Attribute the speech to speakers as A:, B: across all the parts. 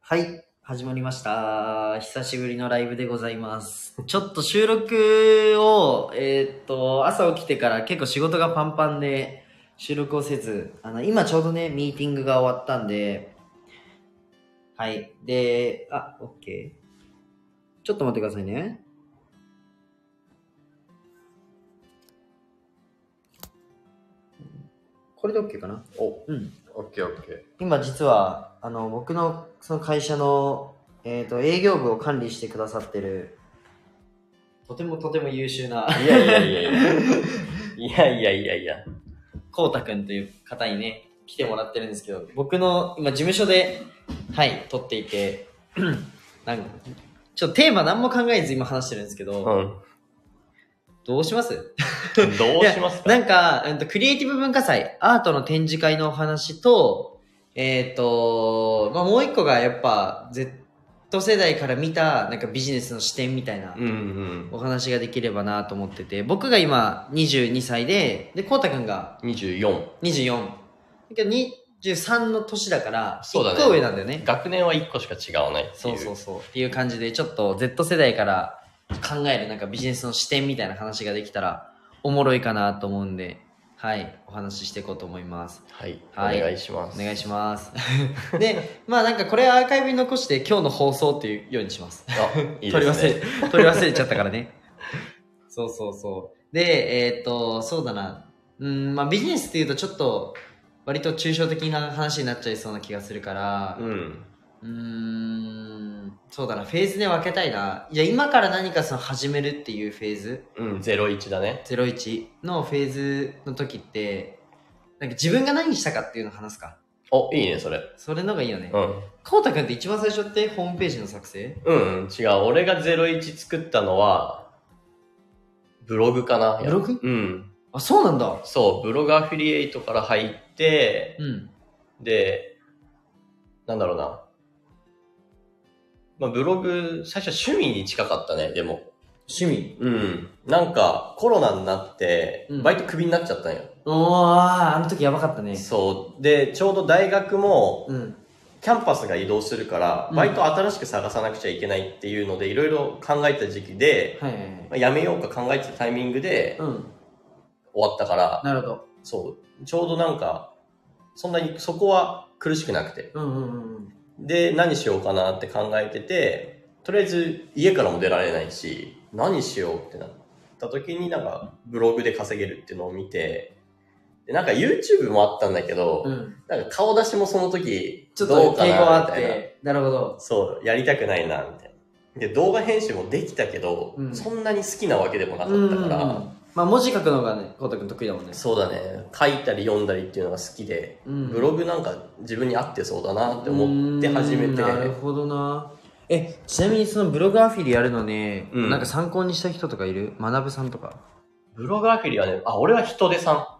A: はい、始まりました。久しぶりのライブでございます。ちょっと収録を、えーっと、朝起きてから結構仕事がパンパンで収録をせず、あの、今ちょうどね、ミーティングが終わったんで、はい。で、あ、OK。ちょっと待ってくださいね。これで OK かな
B: お、
A: うん。
B: オッケーオッケ
A: 今実はあの僕のその会社の、えー、と営業部を管理してくださってるとてもとても優秀な
B: ー。いやいやいやいや。いやいやいやいや。
A: こうたくんという方にね来てもらってるんですけど僕の今事務所ではい撮っていて なんかちょっとテーマ何も考えず今話してるんですけど、
B: うん。
A: どうします
B: どうしますか
A: なんか、うんと、クリエイティブ文化祭、アートの展示会のお話と、えっ、と、まあ、もう一個がやっぱ、Z 世代から見た、なんかビジネスの視点みたいな
B: うんうん。
A: お話ができればなと思ってて、僕が今22歳で、で、こうたくんが
B: 24。
A: 24。だけど23の年だから、
B: そうだね
A: 1個上なんだよね。
B: 学年は1個しか違わないっていう。
A: そうそうそう。っていう感じで、ちょっと Z 世代から考えるなんかビジネスの視点みたいな話ができたらおもろいかなと思うんで、はい、お話ししていこうと思います。
B: はい。
A: はい
B: お願いします。
A: お願いします。 で、まあなんかこれアーカイブに残して今日の放送っていうようにします。
B: ます。あ、いい
A: 取り
B: で
A: 忘
B: すね。
A: れ、取り忘れちゃったからね。そうそうそう。で、えっ、と、そうだな。うん、まあビジネスっていうとちょっと割と抽象的な話になっちゃいそうな気がするから、
B: うん。
A: うーんそうだなフェーズで分けたいなじゃあ今から何かその始めるっていうフェーズ
B: うん、01だね。
A: 01のフェーズの時ってなんか自分が何したかっていうのを話すか
B: お、いいね、それ。
A: それのがいいよね
B: うん。
A: こうたくんって一番最初ってホームページの作成
B: うん、違う。俺が01作ったのは、ブログかな。
A: ブログ
B: うん。
A: あそうなんだ
B: そう、ブログアフィリエイトから入って、
A: うん
B: で、なんだろうな。まあ、ブログ、最初は趣味に近かったね、でも。
A: 趣味
B: うん。なんか、コロナになって
A: う、ん
B: バイトクビになっちゃったんよ。
A: おーあーあの時やばかったね
B: そう。で、ちょうど大学も、
A: うん
B: キャンパスが移動するから
A: う、ん
B: バイト新しく探さなくちゃいけないっていうので、いろいろ考えた時期で、
A: はいはいはい
B: まあ辞めようか考えてたタイミングで
A: うん
B: 終わったから、
A: なるほど
B: そう。ちょうどなんか、そんなに、そこは苦しくなくて。
A: うんうんうんうん
B: で、何しようかなって考えてて、とりあえず家からも出られないし、何しようってなった時になんかブログで稼げるっていうのを見て、でなんか YouTube もあったんだけど、
A: うん
B: なんか顔出しもその時、
A: ちょっ
B: ど
A: と
B: う
A: 抵
B: か
A: 抗
B: な
A: あ
B: み
A: った
B: いな。
A: てなるほど
B: そう、やりたくないな、みたいな。で、動画編集もできたけど、
A: うん
B: そんなに好きなわけでもなか
A: うん
B: っ
A: う
B: た
A: んう
B: か
A: ん
B: ら、
A: まあ文字書くのがねこうたくん得意だもんね
B: そうだね、書いたり読んだりっていうのが好きで、
A: うん
B: ブログなんか自分に合ってそうだなって思って始めて、
A: うーんなるほどなえちなみにそのブログアフィリやるのね、
B: うん
A: なんか参考にした人とかいる学ぶさんとか
B: ブログアフィリはね、あ、俺は人手さ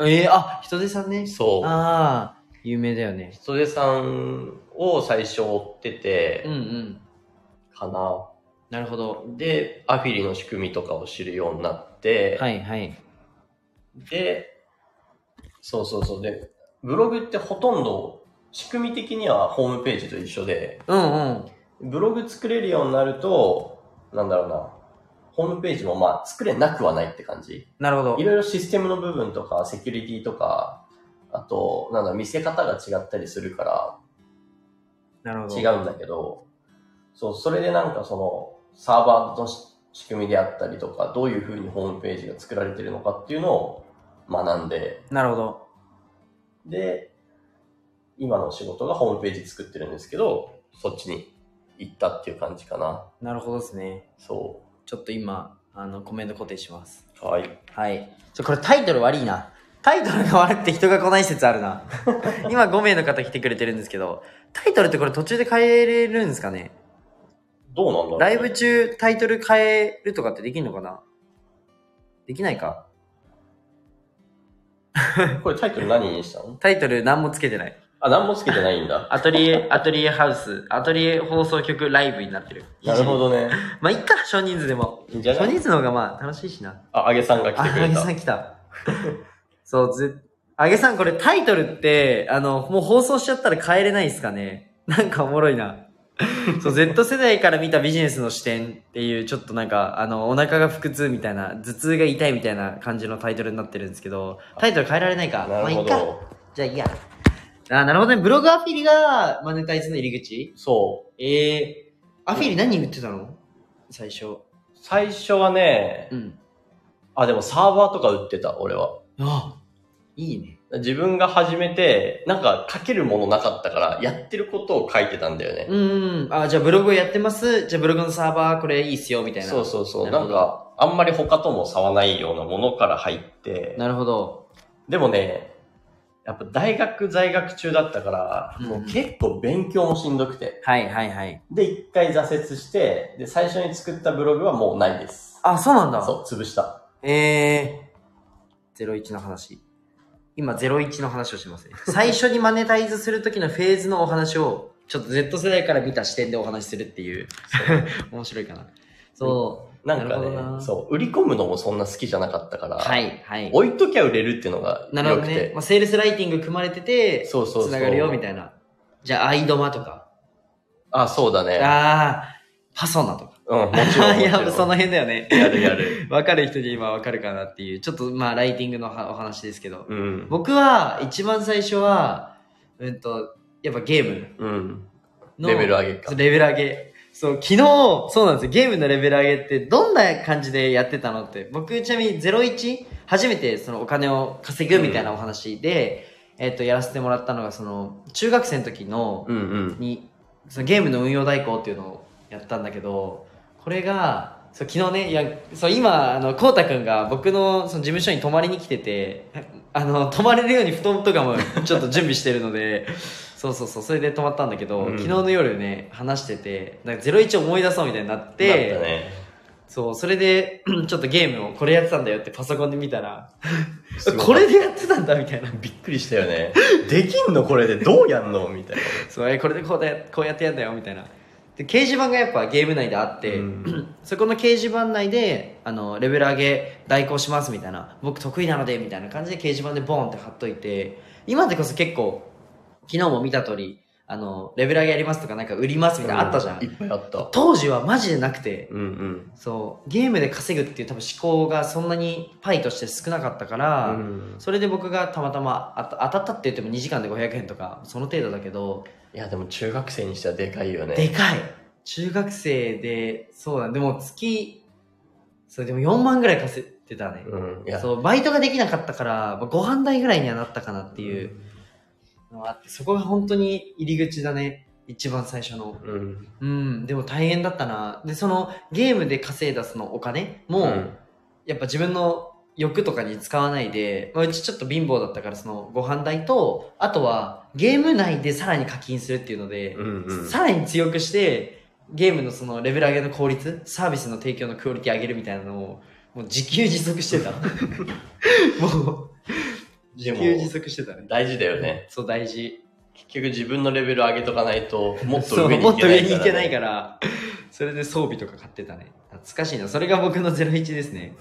A: えー、あ人手さんね
B: ん。そう。
A: ああ有名だよね
B: 人手さんを最初追ってて
A: うん、うん
B: かな。
A: なるほど
B: で、アフィリの仕組みとかを知るようになって、
A: はいはい
B: で、そうそうそう。で、ブログってほとんど、仕組み的にはホームページと一緒で、
A: うんうん
B: ブログ作れるようになると、なんだろうな、ホームページもまあ作れなくはないって感じ。
A: なるほど
B: いろいろシステムの部分とか、セキュリティとか、あと、なんだろう、見せ方が違ったりするから、
A: なるほど
B: 違うんだけど、そう、それでなんかその、サーバーのし仕組みであったりとか、どういうふうにホームページが作られてるのかっていうのを学んで、
A: なるほど
B: で、今の仕事がホームページ作ってるんですけど、そっちに行ったっていう感じかな。
A: なるほどですね
B: そ
A: ちょっと今あのコメント固定します
B: う。はい。
A: はい。ちょ、これタイトル悪いな。タイトルが悪くて人が来ない説ある な。今5名の方来てくれてるんですけど、タイトルってこれ途中で変えれるんですかね
B: どうなんだろう、
A: ライブ中タイトル変えるとかってできるのかなできないか
B: これタイトル何にしたの
A: タイトル何もつけてない。
B: あ、何もつけてないんだ。
A: アトリエ、アトリエハウス、アトリエ放送局ライブになってる。
B: なるほ
A: ど。
B: どね。
A: まあ、いっか、少人数でも。
B: いいんじゃ
A: 少
B: ない
A: 人数の方がまあ、楽しいしな。
B: あ、あげさんが来てく
A: あ、あ
B: れ
A: げ
B: た
A: さ。ん来た。そう、ず、あげさんこれタイトルって、あの、もう放送しちゃったら変えれないですかねなんかおもろいな。そう、Z 世代から見たビジネスの視点っていう、ちょっとなんか、あの、お腹が腹痛みたいな、頭痛が痛いみたいな感じのタイトルになってるんですけど、タイトル変えられないか。
B: なるほ
A: まあ、いいか。
B: ど。
A: じゃあいいや。あなるほどね。ブログアフィリがマネタイズの入り口
B: そう。
A: ええアフィリ何言ってたの最初。
B: 最初はね、
A: ん。
B: あ、でもサーバーとか売ってた、俺は。
A: あいいね。
B: 自分が始めて、なんか書けるものなかったから、やってることを書いてたんだよね。
A: うん。あ、じゃあブログやってます。じゃあブログのサーバーこれいいっすよ、みたいな。
B: そうそうそう。
A: なる
B: な
A: ほ
B: ん
A: ど
B: か、あんまり他とも差はないようなものから入って、
A: なるほど。
B: でもね、やっぱ大学在学中だったから、
A: うん
B: もう結構勉強もしんどくて。
A: はいはいはい。
B: で、一回挫折して、で、最初に作ったブログはもうないです。
A: あ、そうなんだ。
B: そう、潰した。
A: ええー。01の話。今、01の話をしてますね。 最初にマネタイズする時のフェーズのお話を、ちょっと Z 世代から見た視点でお話しするって いう。面白いかな。そ
B: なん
A: な
B: か
A: るほ
B: ね
A: どな
B: そう、売り込むのもそんな好きじゃなかったから、
A: う。はい、はい。
B: 置いときゃ売れるっていうのが
A: なる
B: 良
A: ほ
B: く
A: ど
B: て、
A: ね。まあ、セールスライティング組まれてて、
B: そうそうそう。
A: つながるよ、みたいな。じゃあ、アイドマとか。
B: あ、そうだね。
A: ああ、パソナとか。
B: うん、もちろん。も
A: い
B: ちろん
A: や、その辺だよね。
B: やるや る。
A: わかる人に今わかるかなっていう、ちょっとまあ、ライティングのはお話ですけど。
B: うん。
A: 僕は、一番最初は、うんと、やっぱゲーム
B: うん。
A: の。
B: レベル上げか。
A: レベル上げ。そう、昨日、そうなんですよ。ゲームのレベル上げってどんな感じでやってたのって。僕、ちなみに01、初めてそのお金を稼ぐみたいなお話で、えっ、と、やらせてもらったのが、その、中学生の時の、
B: うんうん。
A: に、そのゲームの運用代行っていうのをやったんだけど、これが、そう昨日ね、いや、そう、今、あの、こうたくんが僕の、その事務所に泊まりに来てて、あの、泊まれるように布団とかもちょっと準備してるので、 そうそうそう、それで泊まったんだけど、
B: うん
A: 昨日の夜ね、話してて、なんか01を思い出そうみたいになって、
B: なったね。
A: そう、それで、 ちょっとゲームをこれやってたんだよってパソコンで見たら、
B: すごい
A: これでやってたんだみたいな。
B: びっくりしたよね。できんのこれでどうやんのみたいな。
A: そう、え、これでこうだよこうやってやんだよみたいな。で、掲示板がやっぱゲーム内であって、
B: うん
A: そこの掲示板内で、あの、レベル上げ代行しますみたいな、僕得意なので、みたいな感じで掲示板でボーンって貼っといて、今でこそ結構、昨日も見た通り、あの、レベル上げやりますとかなんか売りますみたいなあったじゃん
B: い。っぱいあった。
A: 当時はマジでなくて、
B: うんうん。
A: そう、ゲームで稼ぐっていう多分思考がそんなにパイとして少なかったから、
B: うん
A: それで僕がたまたまあた当たったって言っても2時間で500円とか、その程度だけど、
B: いや、でも中学生にしてはでかいよね。
A: でかい中学生で、そうだ、でも月、それでも4万ぐらい稼いでたね。
B: うん。いや、
A: そう、バイトができなかったから、まあご飯代ぐらいにはなったかなっていうのがあって、そこが本当に入り口だね。一番最初の。
B: うん。
A: うん、でも大変だったな。で、そのゲームで稼いだそのお金も、
B: うん。
A: やっぱ自分の欲とかに使わないで、まあ、うちちょっと貧乏だったから、そのご飯代と、あとはゲーム内でさらに課金するっていうので、
B: うんうん。
A: さらに強くして、ゲームのそのレベル上げの効率、サービスの提供のクオリティ上げるみたいなのを、もう自給自足して た。もう、自
B: でも
A: 給自足してたね。
B: 大事だよね。
A: そう、大事。
B: 結局自分のレベル上げとかないと、もっ
A: そ
B: と
A: う
B: 上に
A: もっと上に
B: 行
A: 行
B: け
A: け
B: な
A: ないい
B: か
A: から、それで装備とか買ってたね。懐かしいな。それが僕の01です ね。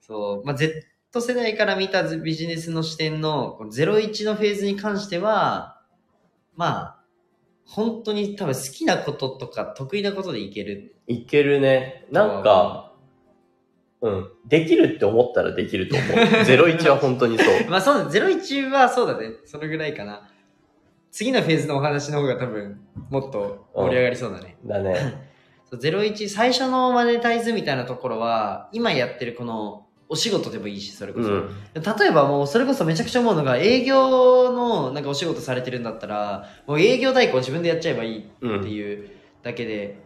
A: そう、まあ、Z 世代から見たビジネスの視点の、この01のフェーズに関しては、まあ、本当に多分好きなこととか得意なことでいける。
B: ら。いけるね。なんか、うん。できるって思ったらできると思う。01は 本当にそう。
A: まあそうだ、01はそうだね。そのぐらいかな。次のフェーズのお話の方が多分、もっと盛り上がりそうだね。
B: だ ね。
A: そう01、最初のマネタイズみたいなところは、今やってるこの、お仕事でもいいし、それこ
B: う
A: そ。
B: ん。
A: 例えばもう、それこそめちゃくちゃ思うのが、営業のなんかお仕事されてるんだったら、もう営業代行自分でやっちゃえばいいっ
B: う
A: て
B: ん。
A: いうだけで、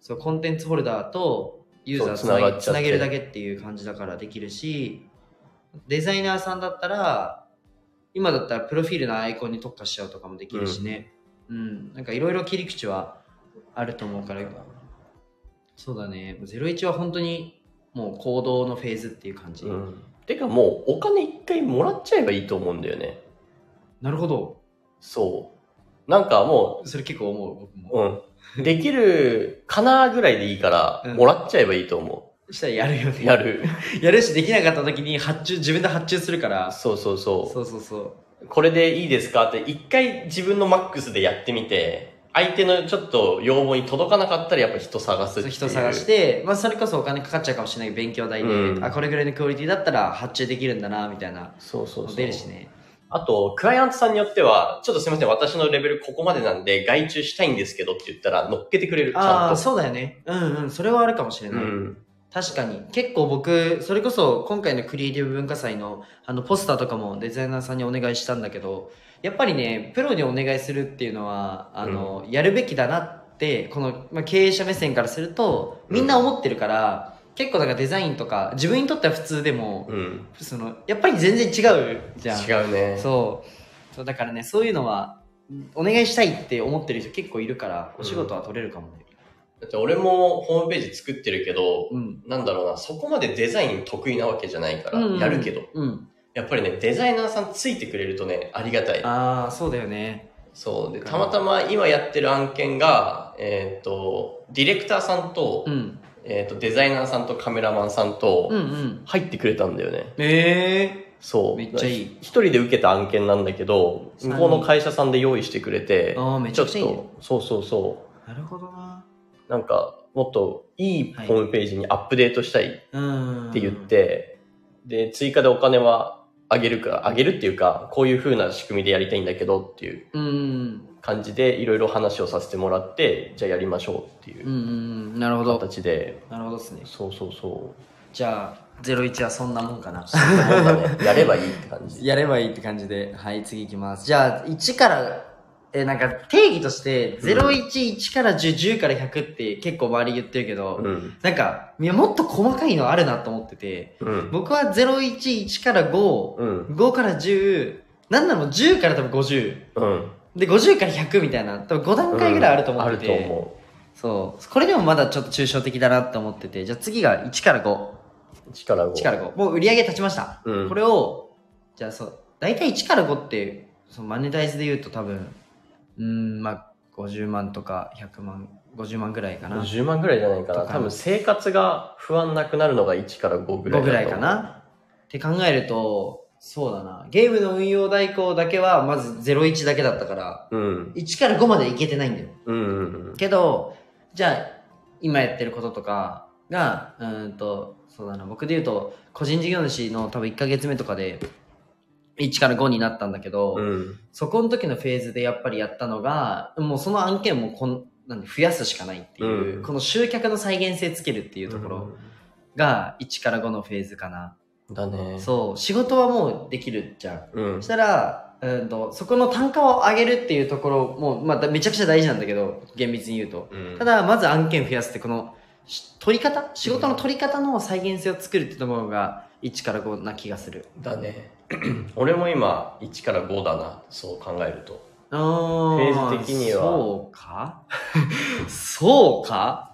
A: そう、コンテンツホルダーとユーザー
B: そ
A: つ
B: う繋が
A: なげ
B: っちゃって
A: つなげるだけっていう感じだからできるし、デザイナーさんだったら、今だったらプロフィールのアイコンに特化しちゃうとかもできるしね。うん、なんかいろいろ切り口はあると思うから、そうだね。01は本当にもう行動のフェーズっていう感じ。
B: うん。てかもう、お金一回もらっちゃえばいいと思うんだよね。
A: なるほど。
B: そう。なんかも
A: それ結構思う、僕 も。
B: う、うん。できるかなぐらいでいいから、
A: うん
B: もらっちゃえばいいと思
A: したらやるよ
B: う。
A: ね。
B: や。る。
A: やるし、できなかった時に発注、自分で発注するから。
B: そうそうそう。
A: そうそうそう。
B: これでいいですかって、一回自分のマックスでやってみて、相手のちょっと要望に届かなかったらやっぱ人探すっていう
A: 人探して、まあ、それこそお金かかっちゃうかもしれないけど勉強代で、
B: うん
A: あこれぐらいのクオリティだったら発注できるんだなみたいな
B: そうそうそう
A: 出るしね
B: あとクライアントさんによってはちょっとすいません私のレベルここまでなんで外注したいんですけどって言ったら乗っけてくれるち
A: あ
B: ゃ
A: あ
B: ん
A: ー
B: と
A: そうだよねうんうんそれはあるかもしれない、
B: ん、
A: 確かに結構僕それこそ今回のクリエイティブ文化祭のあのポスターとかもデザイナーさんにお願いしたんだけどやっぱりねプロにお願いするっていうのはあの、やるべきだなってこの、まあ、経営者目線からするとみんな思ってるから、結構なんかデザインとか自分にとっては普通でも、
B: うん、
A: そのやっぱり全然違うじゃん
B: 違うね
A: そうそうだからねそういうのはお願いしたいって思ってる人結構いるから
B: うん
A: お仕事は取れるかもね
B: だって俺もホームページ作ってるけど、
A: うん
B: なんだろうなそこまでデザイン得意なわけじゃないから、
A: うんうん
B: やるけど
A: うん
B: やっぱりねデザイナーさんついてくれるとねありがたい
A: ああそうだよね
B: そうでたまたま今やってる案件がえっ、とディレクターさんと,、
A: うん
B: えー、とデザイナーさんとカメラマンさんと、
A: うんうん
B: 入ってくれたんだよね
A: え
B: そう
A: めっちゃいい
B: 一人で受けた案件なんだけど向こうの会社さんで用意してくれて
A: えああめち
B: ちょ
A: ゃ
B: っ
A: くちゃいいね
B: とそうそうそ
A: なるほどな
B: うなんかもっといい
A: はい
B: ホームページにアップデートしたいっ
A: うん
B: て言って、で追加でお金はあげるかあげるっていうかこういう風な仕組みでやりたいんだけどっていう
A: うんうん
B: 感じでいろいろ話をさせてもらってじゃあやりましょうってい
A: うんう
B: うん
A: なるほど
B: 形で、
A: なるほどですね
B: そうそうそう
A: じゃあ01はそんなもんかな
B: そんなもんだねやればいいって感 じ
A: やればいいって感じで、はい、次いきます。じゃあ、1から、え、なんか定義として、
B: うん
A: 011から10、10から100って結構周り言ってるけど、
B: うん
A: なんか、いやもっと細かいのあるなと思ってて、
B: うん
A: 僕は011から5、
B: うん
A: 5から10、なんなの10から多分50、
B: うん
A: で、50から100みたいな、多分5段階ぐらいあると思ってて、
B: あると思
A: そう。これでもまだちょっと抽象的だなと思ってて、じゃあ次が1から5。
B: う力を
A: 1から5もう売り上げ立ちました、
B: うん
A: これをじゃあそう大体1から5ってそのマネタイズで言うと多分うーんまあ50万とか100万50万ぐらいかな
B: 10万ぐらいじゃないかな
A: とか
B: 多分生活が不安なくなるのが1から5ぐらい
A: 5ぐらいかなって考えるとそうだなゲームの運用代行だけはまず01だけだったから
B: うん
A: 1から5までいけてないんだよ
B: うんうん
A: けどじゃあ今やってることとかがうーんとそうだな僕で言うと個人事業主の多分1ヶ月目とかで1から5になったんだけど、
B: うん
A: そこの時のフェーズでやっぱりやったのがもうその案件もこんなんで増やすしかないっていう、
B: うん
A: この集客の再現性つけるっていうところが1から5のフェーズかな、
B: うんだね
A: そう仕事はもうできるじゃん
B: うん
A: そしたら、うん、とそこの単価を上げるっていうところも、まあ、めちゃくちゃ大事なんだけど厳密に言うと
B: うん
A: ただまず案件増やすってこのし取り方仕事の取り方の再現性を作るってところが1から5な気がする
B: だね俺も今1から5だなそう考えると
A: フェ
B: フェーズ的には
A: そうかそうか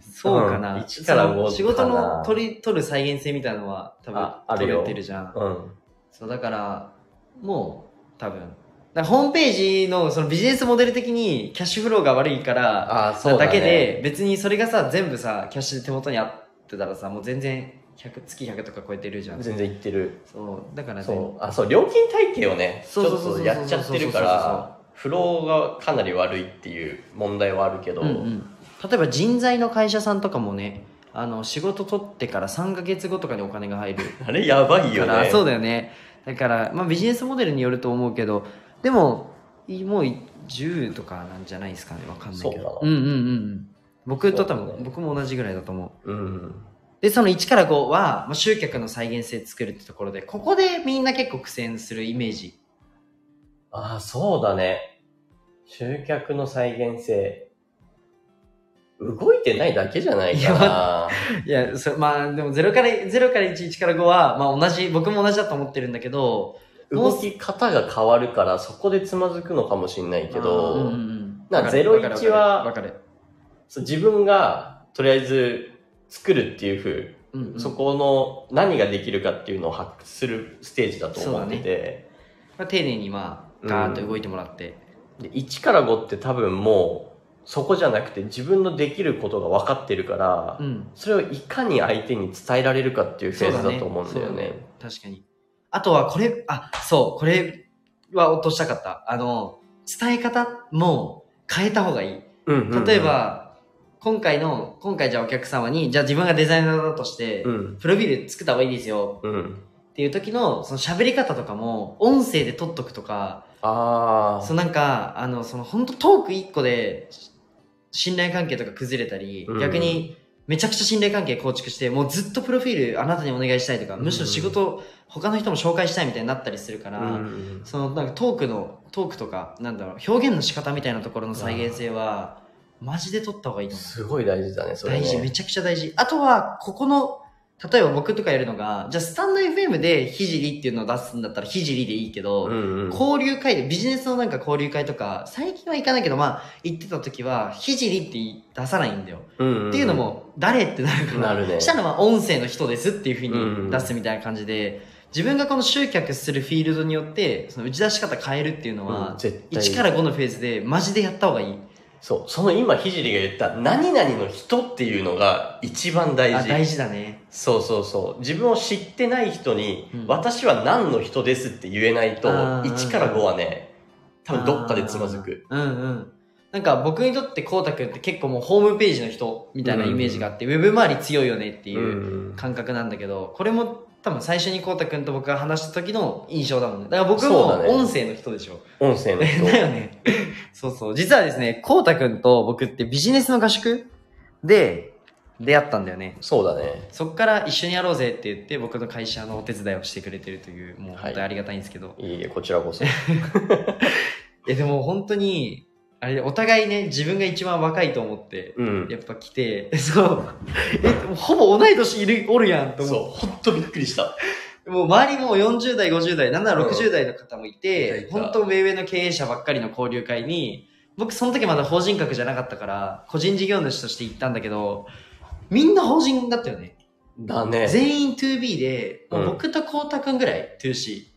A: そうかな、
B: うん1から5
A: その仕事
B: か
A: の
B: な
A: 取り取る再現性みたいなのは多
B: ああ
A: 分
B: るよ
A: 取れてるじゃん
B: うん
A: そうだからもう多分だからホームページのそのビジネスモデル的にキャッシュフローが悪いから
B: ああそうだ,、ね、
A: けで別にそれがさ全部さキャッシュ手元にあってたらさもう全然100月100とか超えてるじゃん
B: 全然いってる
A: そうだからね
B: そうあそう料金体系をねち
A: そうそ
B: ょ
A: う
B: っ
A: そうそう
B: とやっちゃってるか
A: そうそうそう
B: らフローがかなり悪いっていう問題はあるけど、
A: うんうん、例えば人材の会社さんとかもねあの仕事取ってから3ヶ月後とかにお金が入る
B: あれやばい
A: か
B: よ
A: ら
B: ね
A: そうだよねだから、まあ、ビジネスモデルによると思うけどでもいもうい10とかなんじゃないですかねわかんないけど
B: そうか
A: ん
B: な
A: うんうん僕と多分、
B: そうだね
A: 僕も同じぐらいだと思う
B: うん
A: でその1から5は、まあ、集客の再現性作るってところでここでみんな結構苦戦するイメージ
B: ああ、そうだね。集客の再現性。動いてないだけじゃないかな。
A: いや、そまあ、でも0から、0から1、1から5は、まあ同じ、僕も同じだと思ってるんだけど、
B: 動き方が変わるから、そこでつまずくのかもしれないけど、
A: うんうんうん
B: なんか01は
A: わかる。
B: そう自分がとりあえず作るっていう風、
A: うんうん
B: そこの何ができるかっていうのを発掘するステージだと思ってて、
A: まあ丁寧にまあ、ガーッと動いてもらって。
B: で1から5って多分もう、そこじゃなくて自分のできることが分かってるから、
A: うん。
B: それをいかに相手に伝えられるかっていうフェーズだと思うんだよ
A: そうだ
B: ね。
A: 確かに。あとはこれ、あ、そう、これは落としたかった。あの、伝え方も、変えた方がいい。
B: うんうんうん
A: 例え、ば、今回の、今回じゃあお客様に、じゃあ自分がデザイナーだとして、
B: うん。
A: プロフィール作った方がいいですよ
B: うん。
A: っていう時の、その喋り方とかも、音声で撮っとくとか、
B: あ
A: その
B: あ。
A: なんか、あの、その本当トーク一個で、し信頼関係とか崩れたり、
B: うん
A: 逆に、めちゃくちゃ信頼関係構築して、もうずっとプロフィールあなたにお願いしたいとか、むしろ仕事、他の人も紹介したいみたいになったりするから、
B: うん
A: そのなんかトークのトークとかなんだろう表現の仕方みたいなところの再現性はマジで取った方がいいと思
B: すごい大事だね、
A: う
B: それ、
A: 大
B: ね。
A: 事めちゃくちゃ大事あとはここの例えば僕とかやるのがじゃあスタンド FM でひじりっていうのを出すんだったらひじりでいいけど、
B: うんうん。
A: 交流会でビジネスのなんか交流会とか最近は行かないけどまあ行ってた時はひじりって出さないんだよ、
B: うんんん
A: っていうの、も誰ってなるから
B: なるね。
A: したのは音声の人ですっていうふ
B: うん
A: う
B: うん
A: に出すみたいな感じで、自分がこの集客するフィールドによって、その打ち出し方変えるっていうの
B: うん
A: は、
B: 絶対
A: 1から5のフェーズでマジでやった方がいい。
B: そう、その今、ひじりが言った、何々の人っていうのが一番大
A: あ、
B: 事。
A: 大事だね。
B: そうそうそう。自分を知ってない人に、
A: うん
B: 私は何の人ですって言えないと、
A: あー
B: 1から5はね、多分どっかでつまずく。
A: うんうん。なんか僕にとってこうたくんって結構もうホームページの人みたいなイメージがあって、ウェブ周り強いよねっていう感覚なんだけど、これも多分最初にこうたくんと僕が話した時の印象だもんね。だから僕はも
B: そうだね
A: う音声の人でしょ。
B: 音声の 人。
A: だよね。そうそう。実はですね、こうたくんと僕ってビジネスの合宿で出会ったんだよね。
B: そうだね。
A: そっから一緒にやろうぜって言って僕の会社のお手伝いをしてくれてるという、もう本当にありがたいんですけど。
B: いいえ、こちらこそ。
A: え、でも本当に、あれ、お互いね、自分が一番若いと思って、
B: うん。
A: やっぱ来て、そう、え、ほぼ同い年いる、おるやんと思っ
B: そう、ほんとびっくりした。
A: て。もう周りも40代、50代、なんなら
B: うん
A: 60代の方もい
B: い
A: て、
B: たいた
A: 本当目上の経営者ばっかりの交流会に、僕その時まだ法人格じゃなかったから、個人事業主として行ったんだけど、みんな法人だったよね。
B: だね。
A: 全員 2B で、もううん僕とこうたくんぐらい、2C。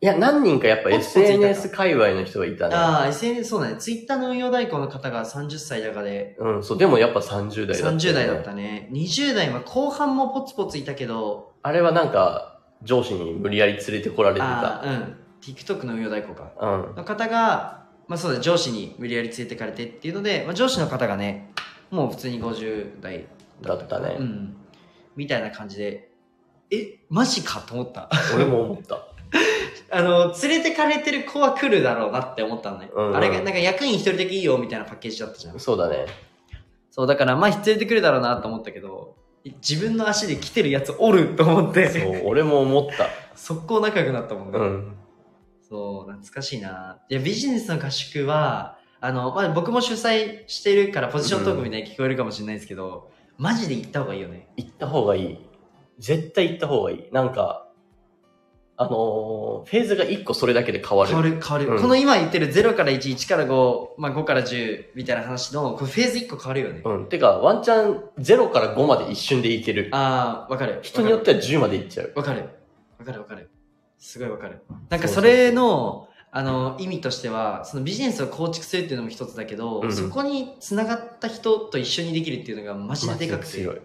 B: いや、何人かやっぱ
A: ポツポツいたか
B: SNS 界隈の人がいたね。
A: ああ、SNS、そうだね。Twitter の運用代行の方が30歳だかで、
B: うん、そう、でもやっぱ30代だった、
A: 30代だっ。たね。20代は後半もポツポツいたけど、
B: あれはなんか、上司に無理やり連れてこられて
A: あ
B: た。
A: あ、うん。TikTok の運用代行か。
B: うん。
A: の方が、まあそうだね、上司に無理やり連れてかれてっていうので、まあ上司の方がね、もう普通に50代
B: だったね。
A: うん。みたいな感じで、え、マジかと思った。
B: 俺も思った。
A: あの、連れてかれてる子は来るだろうなって思ったのね。
B: うんうん
A: あれが、なんか役員一人だけいいよみたいなパッケージだったじゃん。
B: そうだね。
A: そう、だからまあ連れてくるだろうなと思ったけど、自分の足で来てるやつおると思っ
B: そ
A: て、
B: う、俺も思った。
A: 速攻仲良くなったもんね。
B: うん。
A: そう、懐かしいな。いや、ビジネスの合宿は、あの、まあ、僕も主催してるから、ポジショントークみたいに聞こえるかもしれないですけど、マジで行った方がいいよね。
B: 行った方がいい。絶対行った方がいい。なんか、あのーフェーズが1個それだけで変わる。
A: 変わる、変わる。
B: うん
A: この今言ってる0から1、1から5、まあ、5から10みたいな話の、これフェーズ1個変わるよね。
B: うん。てか、ワンチャン0から5まで一瞬でいける。
A: ああ、わかる。
B: 人によっては10までいっちゃう。
A: わかる。わかるわかる。すごいわかる。なんかそれの、あの、意味としては、そのビジネスを構築するっていうのも一つだけど、
B: うんうん
A: そこに繋がった人と一緒にできるっていうのがマジででかくて。
B: 強い。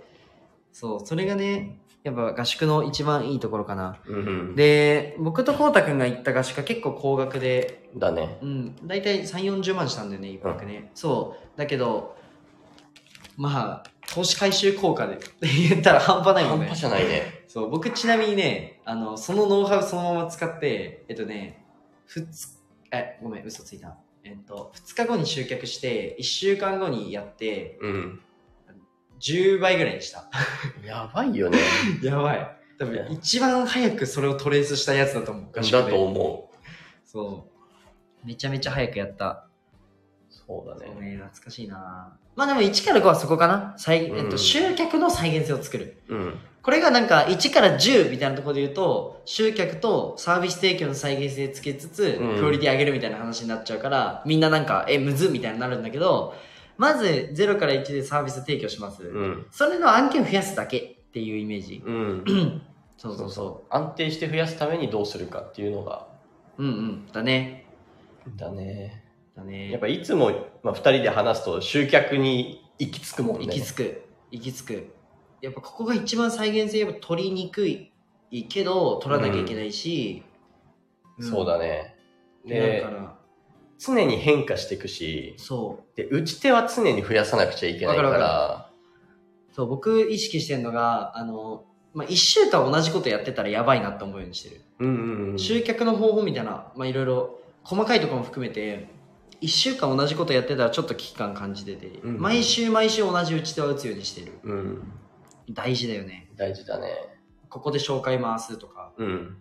A: そう、それがね、やっぱ合宿の一番いいところかな。
B: うんうん。
A: で、僕とこうたくんが行った合宿は結構高額で、
B: だね。
A: うん、大体3、40万したんだよね、一泊ね。そう。だけど、まあ、投資回収効果で 言ったら半端ないも
B: 半
A: んね
B: 端。じゃないね。
A: そう、僕ちなみにね、あの、そのノウハウそのまま使って、えっとね、ふつ、え、ごめん、嘘ついた。えっと、2日後に集客して、1週間後にやって、
B: うん。
A: 10倍ぐらいにした。
B: やばいよね。
A: やばい。多分、一番早くそれをトレースしたやつだと思う。合宿で
B: だと思う。
A: そう。めちゃめちゃ早くやった。
B: そうだ
A: そう
B: ね。
A: ね、懐かしいなまあでも1から5はそこかな。再えっ
B: うん
A: と、集客の再現性を作る。
B: うん。
A: これがなんか1から10みたいなところで言うと集客とサービス提供の再現性つけつつ、
B: うん
A: クオリティ上げるみたいな話になっちゃうからみんななんかえむずみたいになるんだけどまず0から1でサービス提供します、
B: うん。
A: それの案件を増やすだけっていうイメージ
B: うん。
A: そうそうそ
B: 安定して増やすためにどうするかっていうのが、
A: ううんうんだね
B: だね。
A: だね
B: やっぱいつも、まあ、2人で話すと集客に行き着くもんね。
A: 行き着く行き着くやっぱここが一番再現性やっぱ取りにくいけど取らなきゃいけないし、
B: そうだね。
A: で
B: で
A: だ、から
B: 常に変化していくし、
A: そ
B: で、打ち手は常に増やさなくちゃいけないから、
A: わかるう。そう、僕意識してるのが、あの、まあ、一週間同じことやってたらやばいなって思うようにしてる。
B: うんうんうん。
A: 集客の方法みたいな、まあ、いろいろ、細かいところも含めて、一週間同じことやってたらちょっと危機感感じてて、
B: うん
A: 毎週毎週同じ打ち手は打つようにしてる。
B: うん。
A: 大事だよね。
B: 大事だね。
A: ここで紹介回すとか、
B: うん。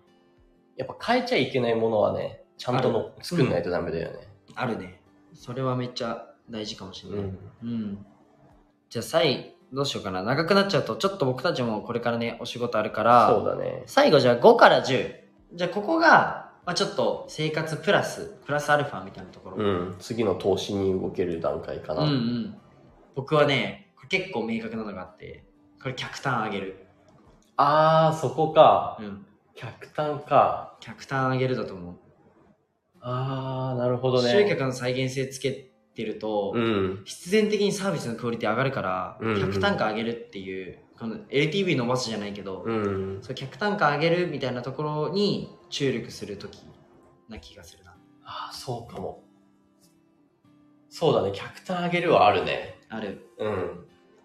B: やっぱ変えちゃいけないものはね、ちゃんとの作んないとダメだよね。
A: あるね。それはめっちゃ大事かもしれ
B: う
A: ない。
B: ん。
A: うん。じゃあ、最後、どうしようかな。長くなっちゃうと、ちょっと僕たちもこれからね、お仕事あるから、
B: そうだね。
A: 最後じゃあ5から10。じゃあ、ここが、まあ、ちょっと生活プラス、プラスアルファみたいなところ。
B: うん。次の投資に動ける段階かな。
A: うんうん僕はね、これ結構明確なのがあって、これ客単上げる。
B: あー、そこか。
A: うん。
B: 客単か。
A: 客単上げるだと思
B: あー、なるほ
A: う。
B: どね。
A: 集客の再現性つけてると、
B: うん。
A: 必然的にサービスのクオリティ上がるから、
B: うんうん
A: 客単価上げるっていう、この LTV 伸ばすじゃないけど、
B: うん。
A: そう客単価上げるみたいなところに注力するときな気がするな
B: あー、そうかも。そうだね。客単上げるはあるね。
A: ある
B: うん。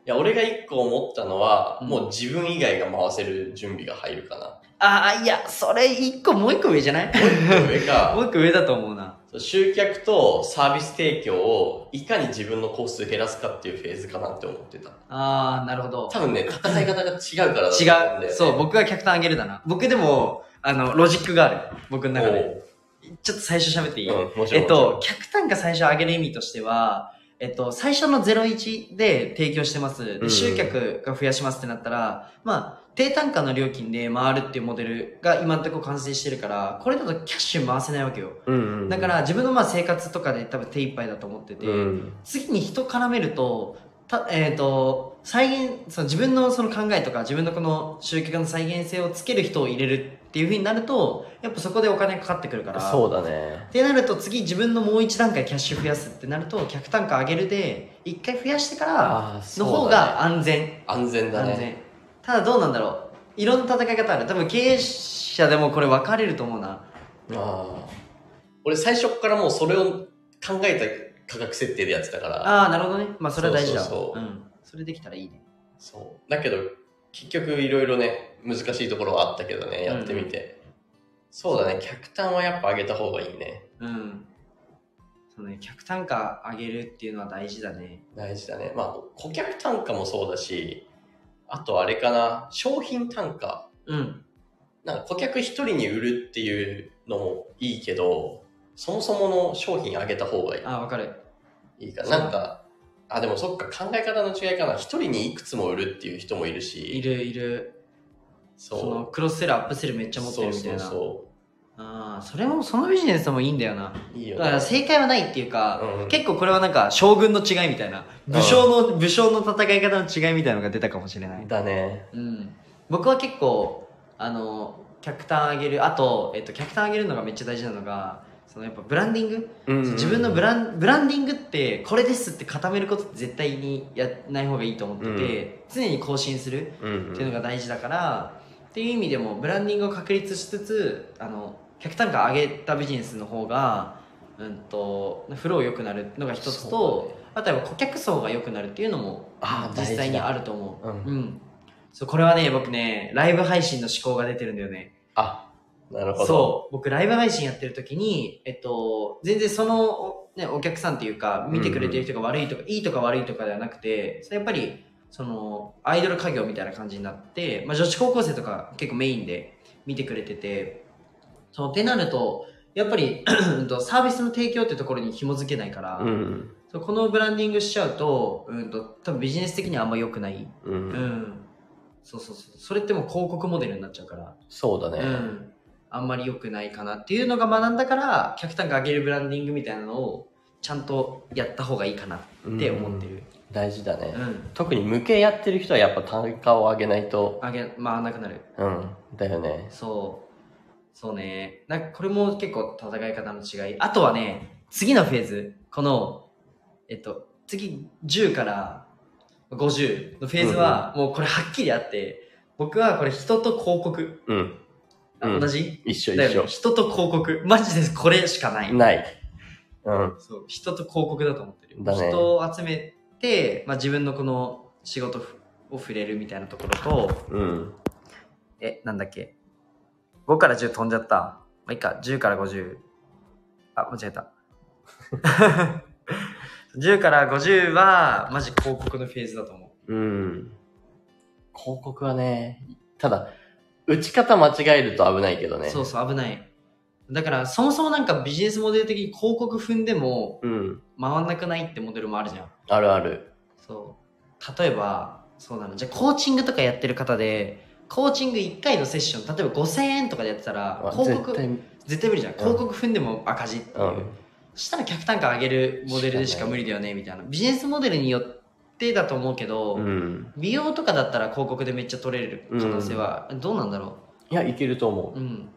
B: いや、俺が一個思ったのは、
A: うん
B: もう自分以外が回せる準備が入るかな。
A: ああいやそれ一個もう一個上じゃない
B: 上か。
A: もう一個上だと思うな
B: そう集客とサービス提供をいかに自分のコストを減らすかっていうフェーズかなって思ってた。
A: ああなるほど
B: 多分ね、戦い方が違うからだと
A: 違
B: 思うんだよ、ね。
A: うそう僕が客単上げるだな僕でもあのロジックがある僕の中でちょっと最初喋っていい、
B: おう。うん、もちろん。
A: えっと、客単価最初上げる意味としては、えっと、最初の01で提供してます。
B: う
A: で
B: ん
A: 集客が増やしますってなったら、まあ、低単価の料金で回るっていうモデルが今のところ完成してるから、これだとキャッシュ回せないわけよ。
B: もちろん、うんうん
A: だから、自分のまあ生活とかで多分手一杯だと思ってて、
B: うん。
A: 次に人絡めると、たえっ、と、再現、その自分のその考えとか、自分のこの集客の再現性をつける人を入れるっていう風になると、やっぱそこでお金かかってくるから、
B: そうだね
A: っ。てなると次自分のもう一段階キャッシュ増やすってなると客単価上げるで一回増やしてから
B: あーそ
A: の
B: う
A: 方
B: だね
A: が安全、
B: 安全だ
A: 安
B: ね。
A: 全ただどうなんだろういろんな戦い方ある多分経営者でもこれ分かれると思うな
B: ああ。俺最初からもうそれを考えた価格設定でやってたから。
A: ああなるほどねまあそれは大事だ、
B: そうそうそうん
A: それできたらいいね
B: そう。だけど、結局いろいろね、難しいところはあったけどね、やってみて。そうだね、客単はやっぱ上げた方がいいね。
A: うんそうね客単価上げるっていうのは大事だね
B: 大事だね。まあ、顧客単価もそうだし、あとあれかな、商品単価。
A: うん
B: なんか顧客一人に売るっていうのもいいけど、そもそもの商品上げた方がい
A: ああ分かる
B: いいいか
A: そう
B: な。なんか、あ、でもそっか、考え方の違いかな。一人にいくつも売るっていう人もいるし、
A: いるいるその
B: そ
A: クロスセルアップセルめっ
B: う。
A: ちゃ持ってるみたいな
B: そうそ
A: ああそれもそのビジネスもいいんだよな
B: うそう。いいよ
A: だから正解はないっていうか、
B: うん
A: 結構これはなんか将軍の違いみたいな武将の、武将の戦い方の違いみたいなのが出たかもしれない、
B: だね。
A: うん、僕は結構あの客単上げるあと、えっと、客単上げるのがめっちゃ大事なのがそのやっぱブランディング、
B: うんうんうん
A: 自分のブランブランディングってこれですって固めることって絶対にやらない方がいいと思ってて、常に更新する
B: うんうん
A: っていうのが大事だから、っていう意味でもブランディングを確立しつつあの客単価上げたビジネスの方が、うん、とフロー良くなるのが一つと、あとは顧客層が良くなるっていうのも
B: あー
A: 実際に
B: 大事だ
A: あると思う、
B: うん
A: そうこれはね僕ねライブ配信の思考が出てるんだよね
B: あ、なるほど。
A: そう僕ライブ配信やってる時に、えっと、全然その、ね、お客さんっていうか見てくれてる人が悪いとか、いいとか悪いとかではなくてそれやっぱりそのアイドル家業みたいな感じになって、まあ、女子高校生とか結構メインで見てくれててそうってなるとやっぱり うんとサービスの提供ってところに紐づけないから、
B: うん。
A: そうこのブランディングしちゃうと,、うん、と多分ビジネス的にはあんま良くない、
B: う
A: うん
B: ん。
A: そうそうそうそれってもう広告モデルになっちゃうから
B: そうだね。
A: うん、あんまり良くないかなっていうのが学んだから客単価上げるブランディングみたいなのをちゃんとやった方がいいかなって思ってる、
B: 大事だね、
A: うん
B: 特に無形やってる人はやっぱ単価を上げないと
A: 上げ回らなくなる
B: うんだよね
A: そうそうねなんかこれも結構戦い方の違いあとはね次のフェーズこのえっと次10から50のフェーズはもうこれはっきりあって、僕はこれ人と広告
B: うん
A: あ
B: うん
A: 同じ、
B: 一緒
A: だ
B: 一
A: よ
B: 緒
A: ね人と広告マジでこれしかない
B: ないうん。
A: そう人と広告だと思ってるよ、
B: だね
A: 人を集めて、まあ、自分のこの仕事を触れるみたいなところと
B: うん。
A: えなんだっけ5から10飛んじゃったまあいいか10から50あ間違えた 10から50はマジ広告のフェーズだと思
B: うん。広告はね、ただ、打ち方間違えると危ないけど
A: う、
B: ね。
A: そうそう危ないだからそもそもなんかビジネスモデル的に広告踏んでも
B: うん。
A: 回んなくないってモデルもあるじゃん
B: あるある。
A: そう例えばそうなのじゃあコーチングとかやってる方でコーチング1回のセッション例えば5000円とかでやってたら
B: あ
A: 広告
B: 絶対、
A: 絶対
B: うん。
A: 無理じゃん広告踏んでも赤字っていう、そしたら客単価上げるモデルでしか無理だよねみたいなビジネスモデルによってだと思うけど、
B: うん。
A: 美容とかだったら広告でめっちゃ取れる可能性は、どうなんだろ
B: いや、いけると思
A: ううん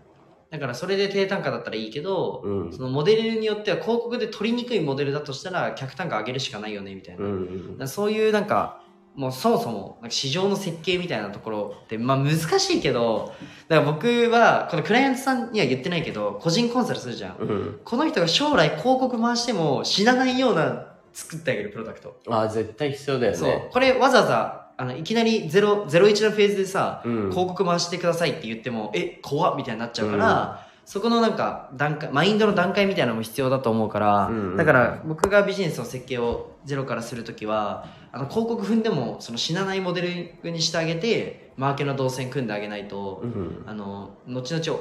A: だからそれで低単価だったらいいけど、
B: う。うん
A: そ。のモデルによっては広告で取りにくいモデルだとしたら客単価上げるしかないよねみたいな
B: う、ん
A: だか。らそういうなんかもうそもそもなんか市場の設計みたいなところって、まあ、難しいけどだから僕はこのクライアントさんには言ってないけど個人コンサルするじゃん、
B: うん。
A: この人が将来広告回しても死なないような作ってあげるプロダクト、
B: あ、絶対必要だよね。
A: そうこれわざわざあのいきなり0 01のフェーズでさ、
B: うん。
A: 広告回してくださいって言ってもえ怖っみたいになっちゃうから、そこのなんか段階マインドの段階みたいなのも必要だと思うから、
B: うんうんうん
A: だから僕がビジネスの設計をゼロからするときはあの広告踏んでもその死なないモデリングにしてあげてマーケの動線組んであげないと、
B: うん。
A: あの後々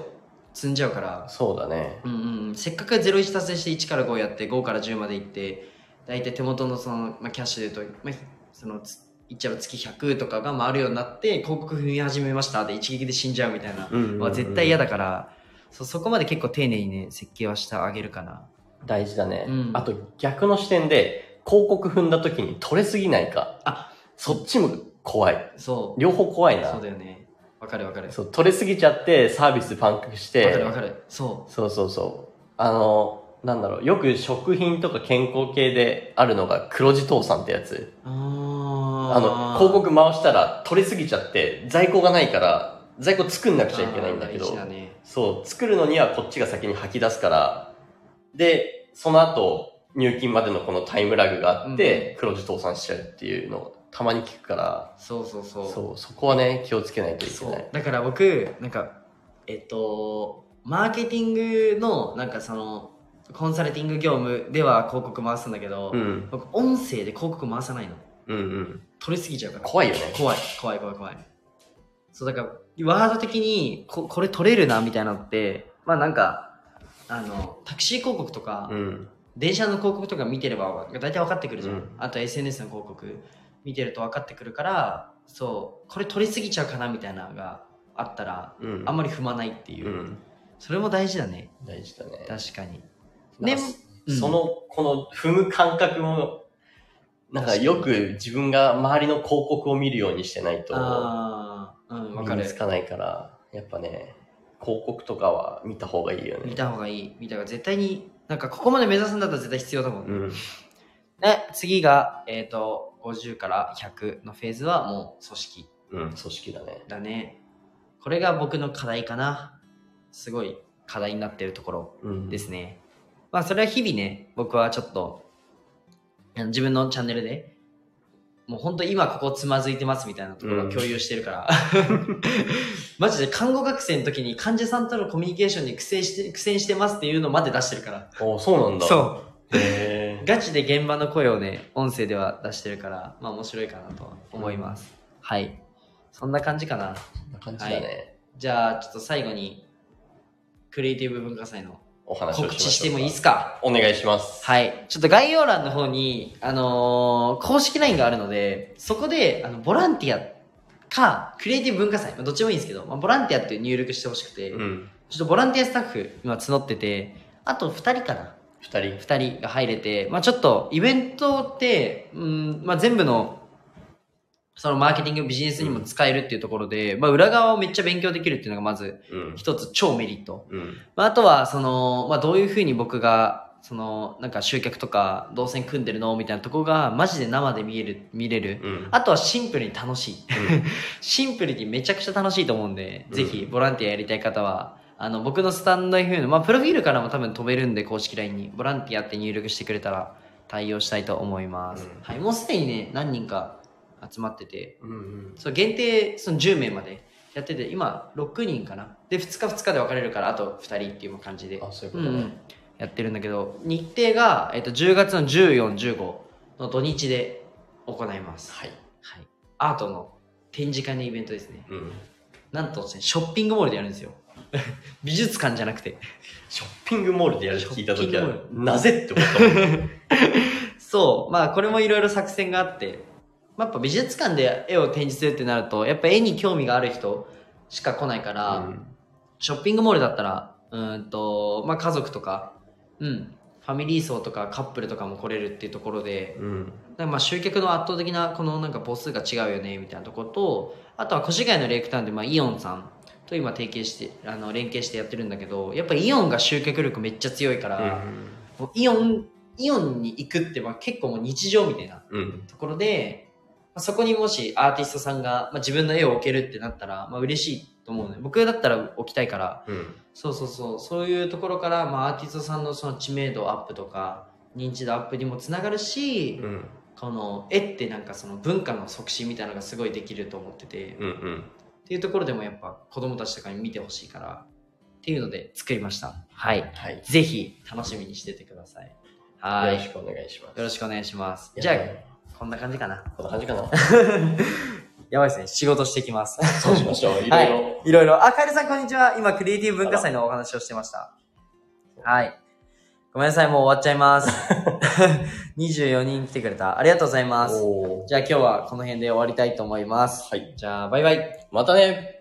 A: 積んじゃうから、
B: そうだね。
A: うんうん、せっかく01達成して1から5やって5から10までいって大体手元のその、まあ、キャッシュで言うと、まあ、そのつ言っちゃえば月100とかが回るようになって広告踏み始めましたで一撃で死んじゃうみたいな
B: うん
A: は絶対嫌だから、そそこまで結構丁寧にね設計はしてあげるかな
B: 大事だね、
A: うん
B: あと逆の視点で広告踏んだ時に取れすぎないか
A: あ
B: そっちも怖い
A: そう
B: 両方怖いな
A: そうだよねわかるわかるわ
B: そう取れすぎちゃってサービスパンクし
A: かる
B: て
A: わかるそ
B: そうそうそうあのなんだろうよく食品とか健康系であるのが黒字倒産ってやつ
A: うあ
B: あの広告回したら取れすぎちゃって在庫がないから在庫作んなくちゃいけないんだけど
A: あー大事だね
B: そう、作るのにはこっちが先に吐き出すから、で、その後、入金までのこのタイムラグがあって、黒字倒産しちゃうっていうのをたまに聞くから、
A: そうそうそう
B: そう、そこはね、気をつけないといけ
A: そ
B: な
A: う
B: い。
A: だから僕なんかえっとマーケティングのなんかそのコンサルティング業務では広告回すんだけど、
B: うん、
A: 僕音声で広告回さないの
B: うん、うん。
A: 取りすぎちゃうから
B: 怖いよね。
A: 怖い怖い怖い怖いそうだからワード的にここれ取れるなみたいなのってまあなんかあのタクシー広告とか、
B: うん、
A: 電車の広告とか見てれば大体分かってくるじゃん、
B: うん
A: あと SNS の広告見てると分かってくるからそうこれ取りすぎちゃうかなみたいなのがあったら
B: うん。
A: あんまり踏まないっていう、
B: うん、
A: それも大事だね
B: 大事だね。
A: 確かに
B: なんか
A: ねうん
B: その、この踏む感覚も、なんかよく自分が周りの広告を見るようにしてないと、
A: ああうん分
B: 身
A: か
B: につ
A: る
B: かないから、やっぱね、広告とかは見た方がいいよね。
A: 見た方がいい見た方が絶対になんかここまで目指すんだったら絶対必要だもん、
B: う
A: ね
B: ん。
A: 次がえっ、と50から100のフェーズはもう組織
B: うん、組織だね。
A: だねこれが僕の課題かなすごい課題になってるところ
B: うん
A: ですね。まあそれは日々ね、僕はちょっと、あの自分のチャンネルで、もう本当今ここつまずいてますみたいなところを共有してるから。 マジで看護学生の時に患者さんとのコミュニケーションに苦戦して、苦戦してますっていうのまで出してるから。
B: おそうなんだ。う。
A: そ
B: へ
A: う。ガチで現場の声をね、音声では出してるから、まあ面白いかなとは思います。はい。そんな感じかな。
B: ー。そんな感じだね。
A: じゃあちょっと最後に、クリエイティブ文化祭の
B: お話をしましょう
A: 告
B: か
A: 知してもいいですか
B: お願いします。
A: はい。ちょっと概要欄の方に、あのー公式 LINE があるので、そこで、あの、ボランティアか、クリエイティブ文化祭、まあ、どっちもいいんですけど、まあ、ボランティアって入力してほしくて、
B: うん。
A: ちょっとボランティアスタッフ、今募ってて、あと2人かな
B: 二人。
A: 2人が入れて、まあ、ちょっとイベントって、うんまあ、全部のそのマーケティングビジネスにも使えるっていうところで、まあ、裏側をめっちゃ勉強できるっていうのがまず
B: うん。
A: 一つ超メリット
B: うん。
A: まあ、あとはその、まあ、どういうふうに僕がそのなんか集客とか動線組んでるのみたいなとこがマジで生で見える見れる
B: うん。
A: あとはシンプルに楽しい
B: うん
A: シンプルにめちゃくちゃ楽しいと思うんで、
B: うん
A: ぜひボランティアやりたい方はあの、僕のスタンド FM の、まあ、プロフィールからも多分飛べるんで、公式 LINE に、ボランティアって入力してくれたら対応したいと思います。
B: うん
A: はい、もうすでにね、何人か集まってて、
B: うんうん。
A: そう、限定、その10名までやってて、今、6人かな。で、2日2日で分かれるから、あと2人っていう感じで。
B: あ、そういうこ
A: う
B: と
A: ん
B: ね。
A: うん、やってるんだけど日程が、えっと10月の1415の土日で行います、
B: はい。
A: はい、アートの展示会のイベントですね
B: うん。
A: なんとですねショッピングモールでやるんですよ 美術館じゃなくて
B: ショッピングモールでやるって聞いたとき
A: ショッ
B: は
A: ピング、
B: なぜって思ったもん。
A: そうまあこれもいろいろ作戦があって、まあ、やっぱ美術館で絵を展示するってなるとやっぱ絵に興味がある人しか来ないから、
B: うん
A: ショッピングモールだったら、うーんと、まあ、家族とか、うん、ファミリー層とかカップルとかも来れるっていうところで、
B: うん。
A: なんかまあ集客の圧倒的なこのなんか母数が違うよねみたいなところとあとは越谷のレイクタウンでまあイオンさんと今提携してあの連携してやってるんだけどやっぱイオンが集客力めっちゃ強いから、もうイオンイオンに行くってまあ結構もう日常みたいな
B: うん。
A: ところで、まあ、そこにもしアーティストさんが、まあ、自分の絵を置けるってなったら、まあ、嬉しいと思うね僕だったら置きたいから
B: うん。
A: そうそうそうそういうところから、まあ、アーティストさんのその知名度アップとか認知度アップにもつながるし、
B: うん。
A: この絵ってなんかその文化の促進みたいなのがすごいできると思ってて、っ
B: うん。うん。
A: ていうところでもやっぱ子供たちとかに見てほしいからっていうので作りましたはい
B: はい。よ
A: ぜひ楽しみにしててくださいはい
B: ろ
A: よ
B: しくお願いします。
A: ろしくお願いします
B: い
A: じゃ
B: や
A: あこんな感じかな
B: こんな感じかな。
A: やばいですね仕事してきます
B: そうしましょう。いろいろ。
A: いろいろあカエルさんこんにちは今クリエイティブ文化祭のお話をしてましたはいごめんなさいもう終わっちゃいます 24人来てくれたありがとうございます
B: おー
A: じゃあ今日はこの辺で終わりたいと思います。
B: はい。
A: じゃあ、バイバイ。
B: またね